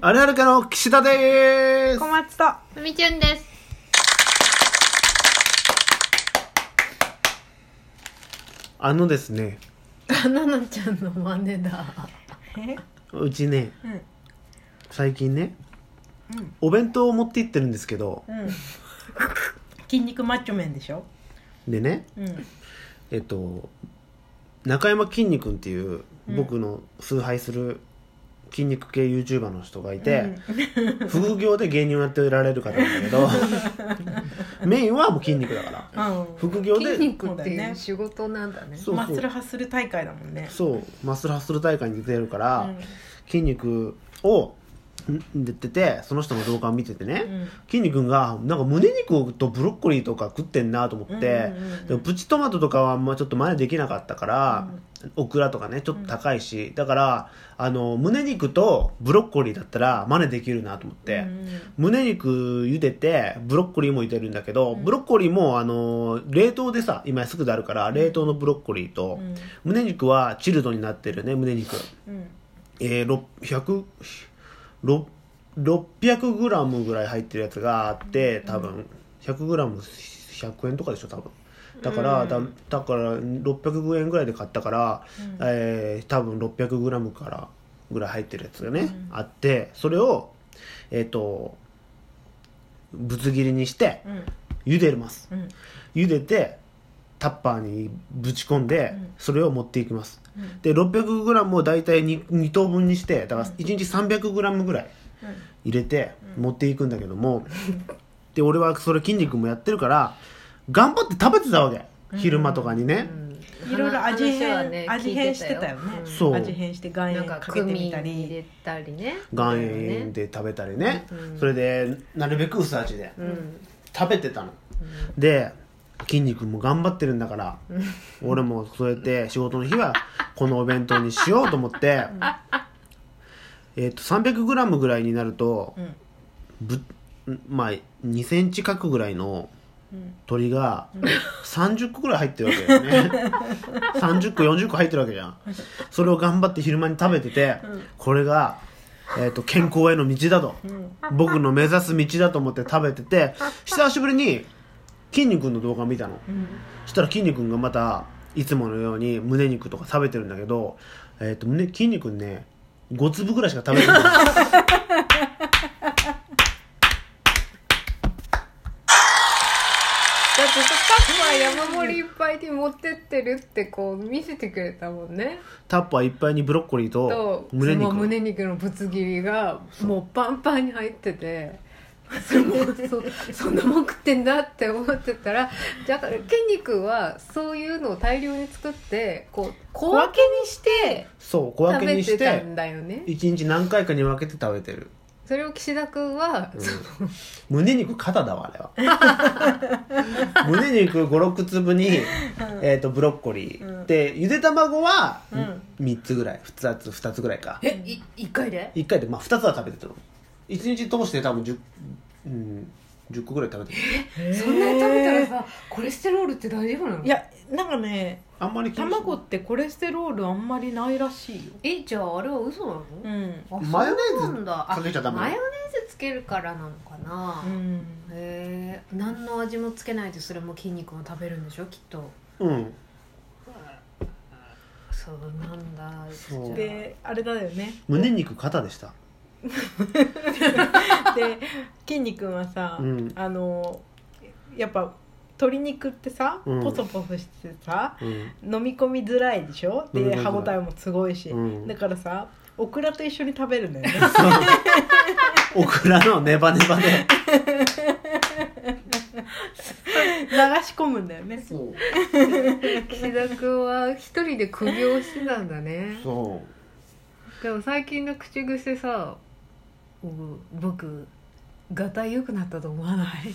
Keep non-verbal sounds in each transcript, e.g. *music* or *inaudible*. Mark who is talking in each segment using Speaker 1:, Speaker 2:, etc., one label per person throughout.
Speaker 1: あるあるかの岸田でーす
Speaker 2: 小松と
Speaker 3: ふみちゅんです。
Speaker 1: あのですね
Speaker 4: ななちゃんの真似だ
Speaker 2: え
Speaker 1: うちね
Speaker 2: うん
Speaker 1: 最近ね
Speaker 2: うん
Speaker 1: お弁当を持って行ってるんですけど
Speaker 2: うん筋肉マッチョ麺でしょ
Speaker 1: でね
Speaker 2: うん
Speaker 1: えっと中山きんに君っていう
Speaker 2: うん
Speaker 1: 僕の崇拝する筋肉系 YouTuber の人がいて、
Speaker 2: うん *laughs*
Speaker 1: 副業で芸人をやってられる方なんだけど
Speaker 2: *laughs*
Speaker 1: メインはもう筋肉だから
Speaker 2: うん
Speaker 1: 副業で
Speaker 4: 筋肉っていう仕事なんだね
Speaker 1: そう
Speaker 2: マッス
Speaker 1: そ
Speaker 2: ル
Speaker 1: う
Speaker 2: ハッスル大会だもんね
Speaker 1: そうマッスルハッスル大会に出てるから、
Speaker 2: うん
Speaker 1: 筋肉をん出ててその人の動画を見ててね、
Speaker 2: うん
Speaker 1: 筋肉がなんか胸肉とブロッコリーとか食ってんなと思って、
Speaker 2: うんうんうん
Speaker 1: でもプチトマトとかはあんまちょっと真似できなかったから、オクラとかねちょっと高いし、だからあの胸肉とブロッコリーだったら真似できるなと思って、
Speaker 2: うん
Speaker 1: 胸肉茹でてブロッコリーも茹でるんだけど、ブロッコリーもあの冷凍でさ今すぐであるから冷凍のブロッコリーと、
Speaker 2: うん
Speaker 1: 胸肉はチルドになってるね胸肉。
Speaker 2: うん
Speaker 1: えー、600ろ600グラムぐらい入ってるやつがあって多分100グラム100円とかでしょ多分だから、だだから600円ぐらいで買ったから、えー多分600グラムからぐらい入ってるやつがね、あってそれをえっ、とぶつ切りにして
Speaker 2: うん
Speaker 1: 茹でます
Speaker 2: うん
Speaker 1: 茹でてタッパーにぶち込んで、それを持っていきます、で 600g を大体 2, 2等分にしてだから1日 300g ぐらい入れて持っていくんだけども、で俺はそれ筋肉もやってるから頑張って食べてたわけ昼間とかにね、
Speaker 2: いろいろ味
Speaker 4: 話は
Speaker 2: 変、
Speaker 4: ね
Speaker 2: 味変してたよね
Speaker 4: 聞いてたよ
Speaker 1: そう
Speaker 2: 味変して岩
Speaker 4: なん
Speaker 2: 塩
Speaker 4: か
Speaker 2: か
Speaker 4: ク
Speaker 2: けて
Speaker 4: ミ
Speaker 2: み
Speaker 4: ン
Speaker 2: た
Speaker 4: 入
Speaker 2: り
Speaker 4: れたりね
Speaker 1: 岩塩で食べたりね、それでなるべく薄味で
Speaker 4: うん
Speaker 1: 食べてたの、で筋肉も頑張ってるんだから俺もそうやって仕事の日はこのお弁当にしようと思って、えっと 300g ぐらいになると、
Speaker 2: ん
Speaker 1: ぶんまあ2センチ角ぐらいの鳥が30個ぐらい入ってるわけだよね30個40個入ってるわけじゃんそれを頑張って昼間に食べてて、これが、えっと健康への道だと、僕の目指す道だと思って食べてて久しぶりにきんに君の動画を見たの、そしたらきんに君がまたいつものように胸肉とか食べてるんだけど、えっと胸きんに君ね5粒ぐらいしか食べてない
Speaker 4: *laughs* だってさタッパー山盛りいっぱいに持ってってるってこう見せてくれたもんね
Speaker 1: タッパーいっぱいにブロッコリーと
Speaker 4: と
Speaker 1: 胸
Speaker 4: そ
Speaker 1: 肉
Speaker 4: の胸肉のぶつ切りがもうパンパンに入っててそれもそそんなもん食ってんだって思ってたらだから筋肉はそういうのを大量に作ってこう小分けにして
Speaker 1: そう小
Speaker 4: 食
Speaker 1: 分け
Speaker 4: べ
Speaker 1: にして
Speaker 4: た
Speaker 1: て
Speaker 4: んだよね
Speaker 1: 一日何回かに分けて食べてる、
Speaker 4: それを岸田君は、
Speaker 1: うん胸肉肩だわあれ
Speaker 2: *laughs*
Speaker 1: は胸肉56粒に、えー、とブロッコリー、
Speaker 2: うん
Speaker 1: でゆで卵は
Speaker 2: うん
Speaker 1: 3つぐらい2つ2つぐらいか
Speaker 4: えい一回で
Speaker 1: 1回で、まあ、2つは食べてたの1日通して多分 10,、うん、10個ぐらい食べてる
Speaker 4: そんなに食べたらさコレステロールって大丈夫なの
Speaker 2: いやなんかね
Speaker 1: あんまり気にし
Speaker 2: 卵ってコレステロールあんまりないらしいよ
Speaker 4: えじゃああれは嘘なの、
Speaker 2: うん
Speaker 4: あ
Speaker 1: マヨネーズ
Speaker 4: そうなんだあ
Speaker 1: かけちゃダメ
Speaker 4: マヨネーズつけるからなのかな、
Speaker 2: うん
Speaker 4: へえ何の味もつけないでそれも筋肉も食べるんでしょきっと
Speaker 1: うん
Speaker 4: そうなんだ
Speaker 1: そう
Speaker 4: じゃあ
Speaker 2: であれだよね
Speaker 1: 胸肉肩でした
Speaker 2: で筋肉はさ、
Speaker 1: うん
Speaker 2: あのやっぱ鶏肉ってさ、
Speaker 1: うん
Speaker 2: ポソポソしてさ
Speaker 1: うん
Speaker 2: 飲み込みづらいでしょ
Speaker 1: 飲み
Speaker 2: で
Speaker 1: 込みづ
Speaker 2: 歯
Speaker 1: らい
Speaker 2: ごたえもすごいし、
Speaker 1: うん
Speaker 2: だからさオクラと一緒に食べるんだよ
Speaker 1: *laughs*
Speaker 2: ね
Speaker 1: オクラのネバネバで
Speaker 2: 流し込むんだよね
Speaker 1: そう
Speaker 4: 岸田君は一人で苦行してたんだね
Speaker 1: そ
Speaker 4: でも最近の口癖さ「僕僕がたい良くなったと思わない」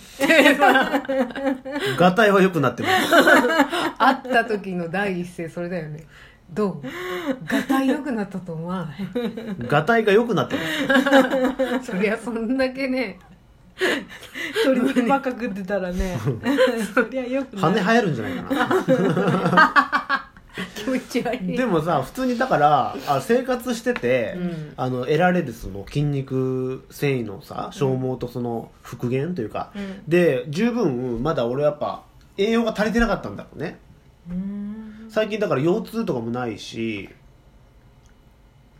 Speaker 1: うがたいは良くなってます
Speaker 4: 会った時の第一声それだよねどうがたい良くなったと思わない
Speaker 1: がたいが良くなってます
Speaker 4: *laughs* そりゃそんだけね
Speaker 2: 鶏肉ばっか
Speaker 1: *laughs*
Speaker 2: 食ってたらねそりゃよく
Speaker 1: 羽
Speaker 2: ない
Speaker 1: 生えるんじゃないかな
Speaker 4: 気持ち悪い
Speaker 1: でもさ普通にだからあ生活してて、
Speaker 4: うん
Speaker 1: あの得られるその筋肉繊維のさ消耗とその復元というか、
Speaker 2: うん
Speaker 1: で十分まだ俺はやっぱ栄養が足りてなかったんだろうね
Speaker 2: うん
Speaker 1: 最近だから腰痛とかもないし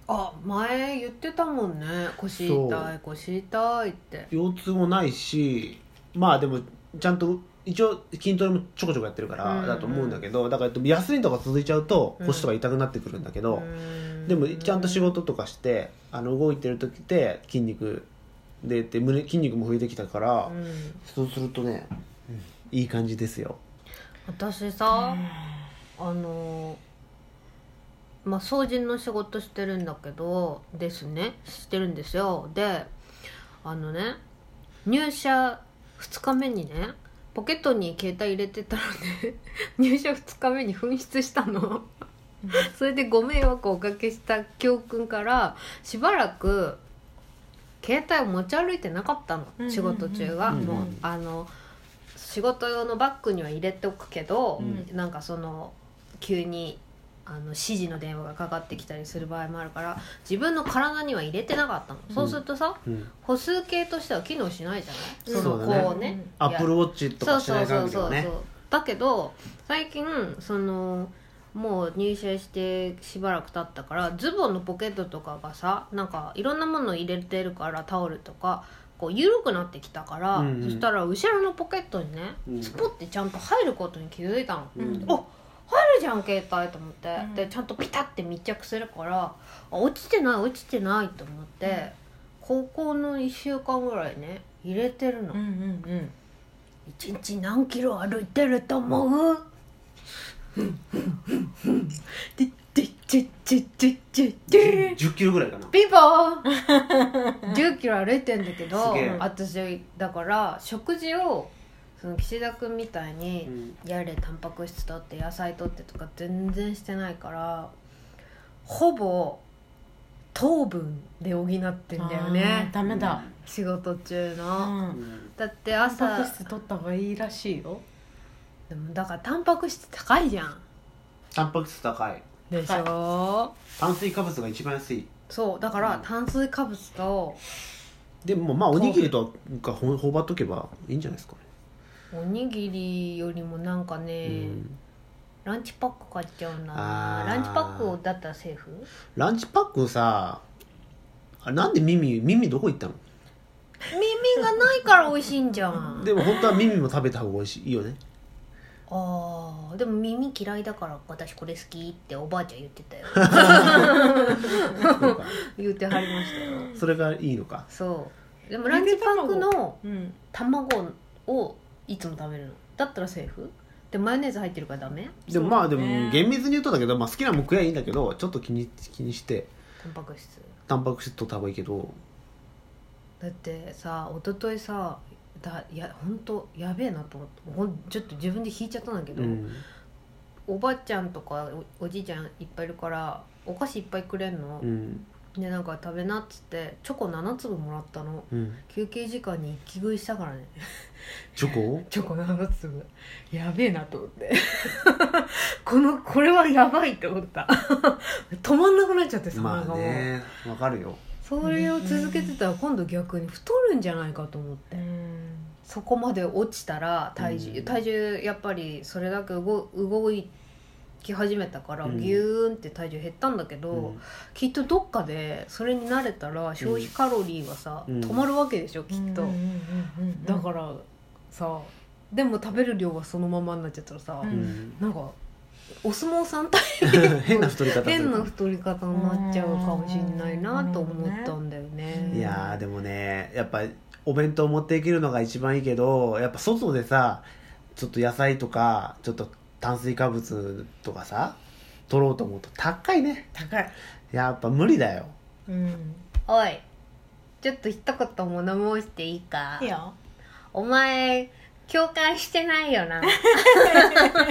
Speaker 4: あ前言ってたもんね腰痛い腰痛いって
Speaker 1: 腰痛もないしまあでもちゃんと一応筋トレもちょこちょこやってるか
Speaker 4: うんう
Speaker 1: ら
Speaker 4: ん
Speaker 1: だと思うんだけど、だから休みとか続いちゃうと
Speaker 4: うん
Speaker 1: 腰とか痛くなってくるんだけど、
Speaker 4: うん
Speaker 1: でもちゃんと仕事とかしてあの動いてる時って筋肉でって胸筋肉も増えてきたから、
Speaker 4: うん
Speaker 1: そうするとね、いい感じですよ
Speaker 4: 私さあのまあ掃除の仕事してるんだけどですねしてるんですよであのね入社2日目にねポケットに携帯入れてたらね *laughs* 入社2日目に紛失したのそれでご迷惑をおかけした教訓からしばらく携帯を持ち歩いてなかったの
Speaker 2: うんうんうん
Speaker 4: 仕事中は、
Speaker 1: うんうん
Speaker 4: もうあの仕事用のバッグには入れておくけど、
Speaker 2: う
Speaker 4: なんかその急にあの指示の電話がかかってきたりする場合もあるから自分の体には入れてなかったの、そうするとさ
Speaker 1: うん
Speaker 4: 歩数計としては機能しないじゃない、
Speaker 1: そうだね
Speaker 4: こうね、
Speaker 1: アップルウォッチと
Speaker 4: そう
Speaker 1: かし
Speaker 4: そ
Speaker 1: な
Speaker 4: う
Speaker 1: い
Speaker 4: そ
Speaker 1: 限
Speaker 4: う
Speaker 1: り
Speaker 4: そ
Speaker 1: は
Speaker 4: う
Speaker 1: ね
Speaker 4: だけど最近そのもう入社してしばらく経ったからズボンのポケットとかがさなんかいろんなもの入れてるからタオルとかこう緩くなってきたから、
Speaker 1: うんうん
Speaker 4: そしたら後ろのポケットにね、
Speaker 1: うん
Speaker 4: スポッてちゃんと入ることに気づいたの、
Speaker 1: うん
Speaker 4: お入るじゃん携帯と思って、
Speaker 2: うん
Speaker 4: でちゃんとピタッて密着するからあ落ちてない落ちてないと思って、高校の1週間ぐらいね入れてるの、
Speaker 2: うんうん
Speaker 4: 一日何キロ歩いてると思うででででででで
Speaker 1: 10キロぐらいかな
Speaker 4: ピンポー *laughs* ン10キロ歩いてんだけど
Speaker 1: すげえ
Speaker 4: 私だから食事をその岸田君みたいにやれタンパク質とって野菜とってとか全然してないからほぼ糖分で補ってんだよね
Speaker 2: ダメだ、
Speaker 4: 仕事中
Speaker 2: う
Speaker 4: の、
Speaker 2: ん
Speaker 4: だって
Speaker 2: タンパ
Speaker 4: 朝
Speaker 2: ク質取った方がいいらしいよ
Speaker 4: でもだからタンパク質高いじゃん
Speaker 1: タンパク質高い
Speaker 4: でしょ
Speaker 1: 炭水化物が一番安い
Speaker 4: そうだから炭水化物と
Speaker 1: でもまあおにぎりとかほほばっとけばいいんじゃないですかね、
Speaker 4: おにぎりよりもなんかね、
Speaker 1: うん
Speaker 4: ランチパック買っちゃうな
Speaker 1: あー
Speaker 4: ランチパックをだったらセーフ
Speaker 1: ランチパックさあなんで耳耳どこ行ったの
Speaker 4: 耳がないから美味しいんじゃん
Speaker 1: でも本当は耳も食べた方が美味しいいいよね
Speaker 4: あーでも耳嫌いだから私これ好きっておばあちゃん言って
Speaker 1: *laughs*
Speaker 4: たよ言ってはりましたよ
Speaker 1: それがいいのか
Speaker 4: そうでもランチパックの
Speaker 2: うん
Speaker 4: 卵をいつも食べるのだったらセーフでマヨネーズ入ってるからダメ
Speaker 1: でも
Speaker 2: そう
Speaker 1: まあでも
Speaker 2: ね
Speaker 1: 厳密に言うとだけど、まあ、好きなもん食えばいいんだけどちょっと気に気にして
Speaker 4: タンパク質
Speaker 1: タンパク質取った方がいいけど
Speaker 4: だってさ一昨日さだいや本当やべえなと思ってほんちょっと自分で引いちゃったんだけ
Speaker 1: う
Speaker 4: ど、
Speaker 1: ん
Speaker 4: おばあちゃんとかおおじいちゃんいっぱいいるからお菓子いっぱいくれんの
Speaker 1: う、ん
Speaker 4: でなんか食べなっつってチョコ7粒もらったの
Speaker 1: うん
Speaker 4: 休憩時間に一気食いしたからね
Speaker 1: チョコ
Speaker 4: チョコ7粒やべえなと思って *laughs* このこれはやばいと思った *laughs* 止まんなくなっちゃってさ
Speaker 1: ま
Speaker 4: なん
Speaker 1: あ
Speaker 4: かもう
Speaker 1: ねわかるよ
Speaker 4: それを続けてたら今度逆に太るんじゃないかと思って。
Speaker 2: うん
Speaker 4: そこまで落ちたら体重、
Speaker 1: うん
Speaker 4: 体重やっぱりそれだけ動動き始めたから
Speaker 1: うん
Speaker 4: ギューンって体重減ったんだけど、
Speaker 1: うん
Speaker 4: きっとどっかでそれに慣れたら消費カロリーがさ、
Speaker 1: うん
Speaker 4: 止まるわけでしょきっと、
Speaker 2: うんうんうんうん
Speaker 4: だからさでも食べる量がそのままになっちゃったらさ、
Speaker 2: う
Speaker 1: うん
Speaker 4: *laughs*
Speaker 1: ん *laughs*
Speaker 4: なんかお相撲さんタイ
Speaker 1: 変な太り方
Speaker 4: プ
Speaker 1: する
Speaker 4: 変な太り方になっちゃうかもしんないなと思ったんだよね
Speaker 2: うん
Speaker 1: いやーでもねやっぱお弁当持っていけるのが一番いいけどやっぱ外でさちょっと野菜とかちょっと炭水化物とかさ取ろうと思うと高いね
Speaker 2: 高い
Speaker 1: やっぱ無理だよ
Speaker 2: うん
Speaker 4: おいちょっと一言物申していいか
Speaker 2: いいよ
Speaker 4: お前共感してないよな
Speaker 1: *laughs*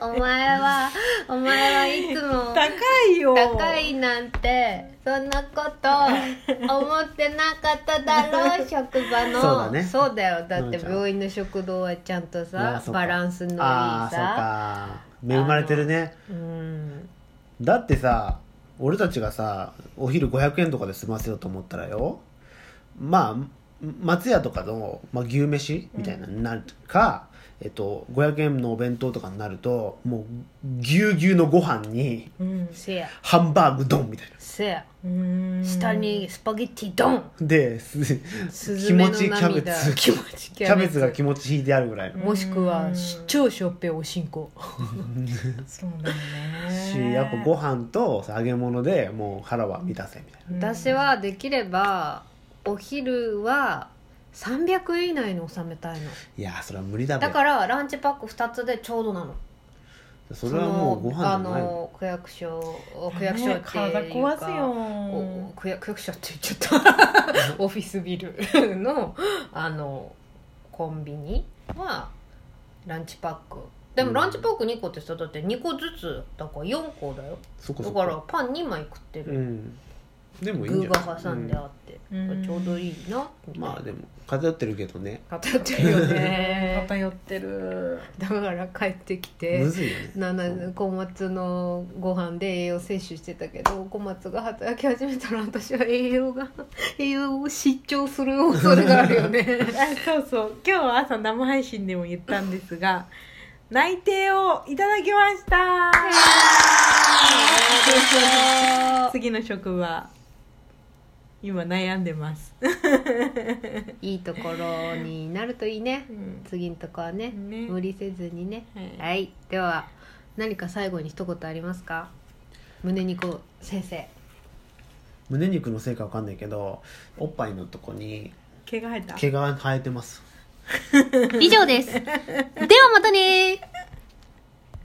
Speaker 4: お前はお前はいつも
Speaker 2: 高いよ
Speaker 4: 高いなんてそんなこと思ってなかっただろう職場の
Speaker 1: そうだね
Speaker 4: そうだよだっ
Speaker 1: の
Speaker 4: て
Speaker 1: んちゃん
Speaker 4: 病院の食堂はちゃんと
Speaker 1: あ
Speaker 4: さ
Speaker 1: ーそうか
Speaker 4: バランスのいい
Speaker 1: ああーそう
Speaker 4: さ
Speaker 1: か恵まれてるね
Speaker 2: うん
Speaker 1: だってさ俺たちがさお昼500円とかで済ませようと思ったらよまあ松屋とかの、まあ、牛飯みたいなのになるか、えっと、500円のお弁当とかになるともうぎゅうぎゅうのご飯に
Speaker 2: うん
Speaker 4: せや
Speaker 1: ハンバーグ丼みたい
Speaker 4: せや
Speaker 2: うん
Speaker 4: 下にスパゲッティドン
Speaker 1: な
Speaker 4: *laughs*
Speaker 1: です
Speaker 4: スズメの
Speaker 1: 気持ちいいキャ
Speaker 4: 涙
Speaker 1: ベツ
Speaker 4: 気持ちいい
Speaker 1: キャベ *laughs* ツが気持ち引いてあるぐらいの
Speaker 4: もしくは
Speaker 2: うん
Speaker 4: 超しょっぺいおしんこ
Speaker 2: そうだよね
Speaker 1: しやっぱご飯とさ揚げ物でもう腹は満たせみたいな
Speaker 4: 私はできればお昼は300円以内に収めたいの
Speaker 1: いやーそれは無理だべ
Speaker 4: だからランチパック2つでちょうどなの
Speaker 1: それはもうご飯じゃ
Speaker 4: その
Speaker 1: な
Speaker 4: あ
Speaker 1: い
Speaker 4: の区役所区
Speaker 2: ね
Speaker 4: 役所っていうか
Speaker 2: 体壊す
Speaker 4: お
Speaker 2: よ
Speaker 4: 区役区役所って言っちゃ
Speaker 2: *laughs*
Speaker 4: ったオフィスビルのあのコンビニはランチパックでも
Speaker 1: うん
Speaker 4: ランチパック2個ってさだって2個ずつだから4個だよ
Speaker 1: そこ
Speaker 4: だ
Speaker 1: そ
Speaker 4: から
Speaker 1: こ
Speaker 4: パン2枚食って
Speaker 1: う
Speaker 4: る、
Speaker 1: んでもいいんじ
Speaker 4: 具
Speaker 1: ゃない
Speaker 4: が挟んであって、
Speaker 2: うん
Speaker 4: ちょうどいいなみたいな、
Speaker 1: まあでも偏ってるけどね
Speaker 4: 偏ってるよ
Speaker 2: ね *laughs*
Speaker 4: ね
Speaker 2: 偏ってる
Speaker 4: だから帰ってきて
Speaker 1: むずいよね
Speaker 4: なな小松のご飯で栄養摂取してたけど小松が働き始めたら私は栄養が *laughs* 栄養を失調する恐れがあるよ
Speaker 2: *laughs*
Speaker 4: ね
Speaker 2: あそうそう今日は朝生配信でも言ったんですが内定をいただきました次の職場今悩んでます、
Speaker 4: いいところになるといいね
Speaker 2: うん
Speaker 4: 次のとこはね
Speaker 2: ね
Speaker 4: 無理せずにね
Speaker 2: はい
Speaker 4: はいでは何か最後に一言ありますか胸肉先生
Speaker 1: 胸肉のせいかわかんないけどおっぱいのとこに
Speaker 2: 毛が生えた
Speaker 1: 毛が生えてます
Speaker 4: 以上ですではまたね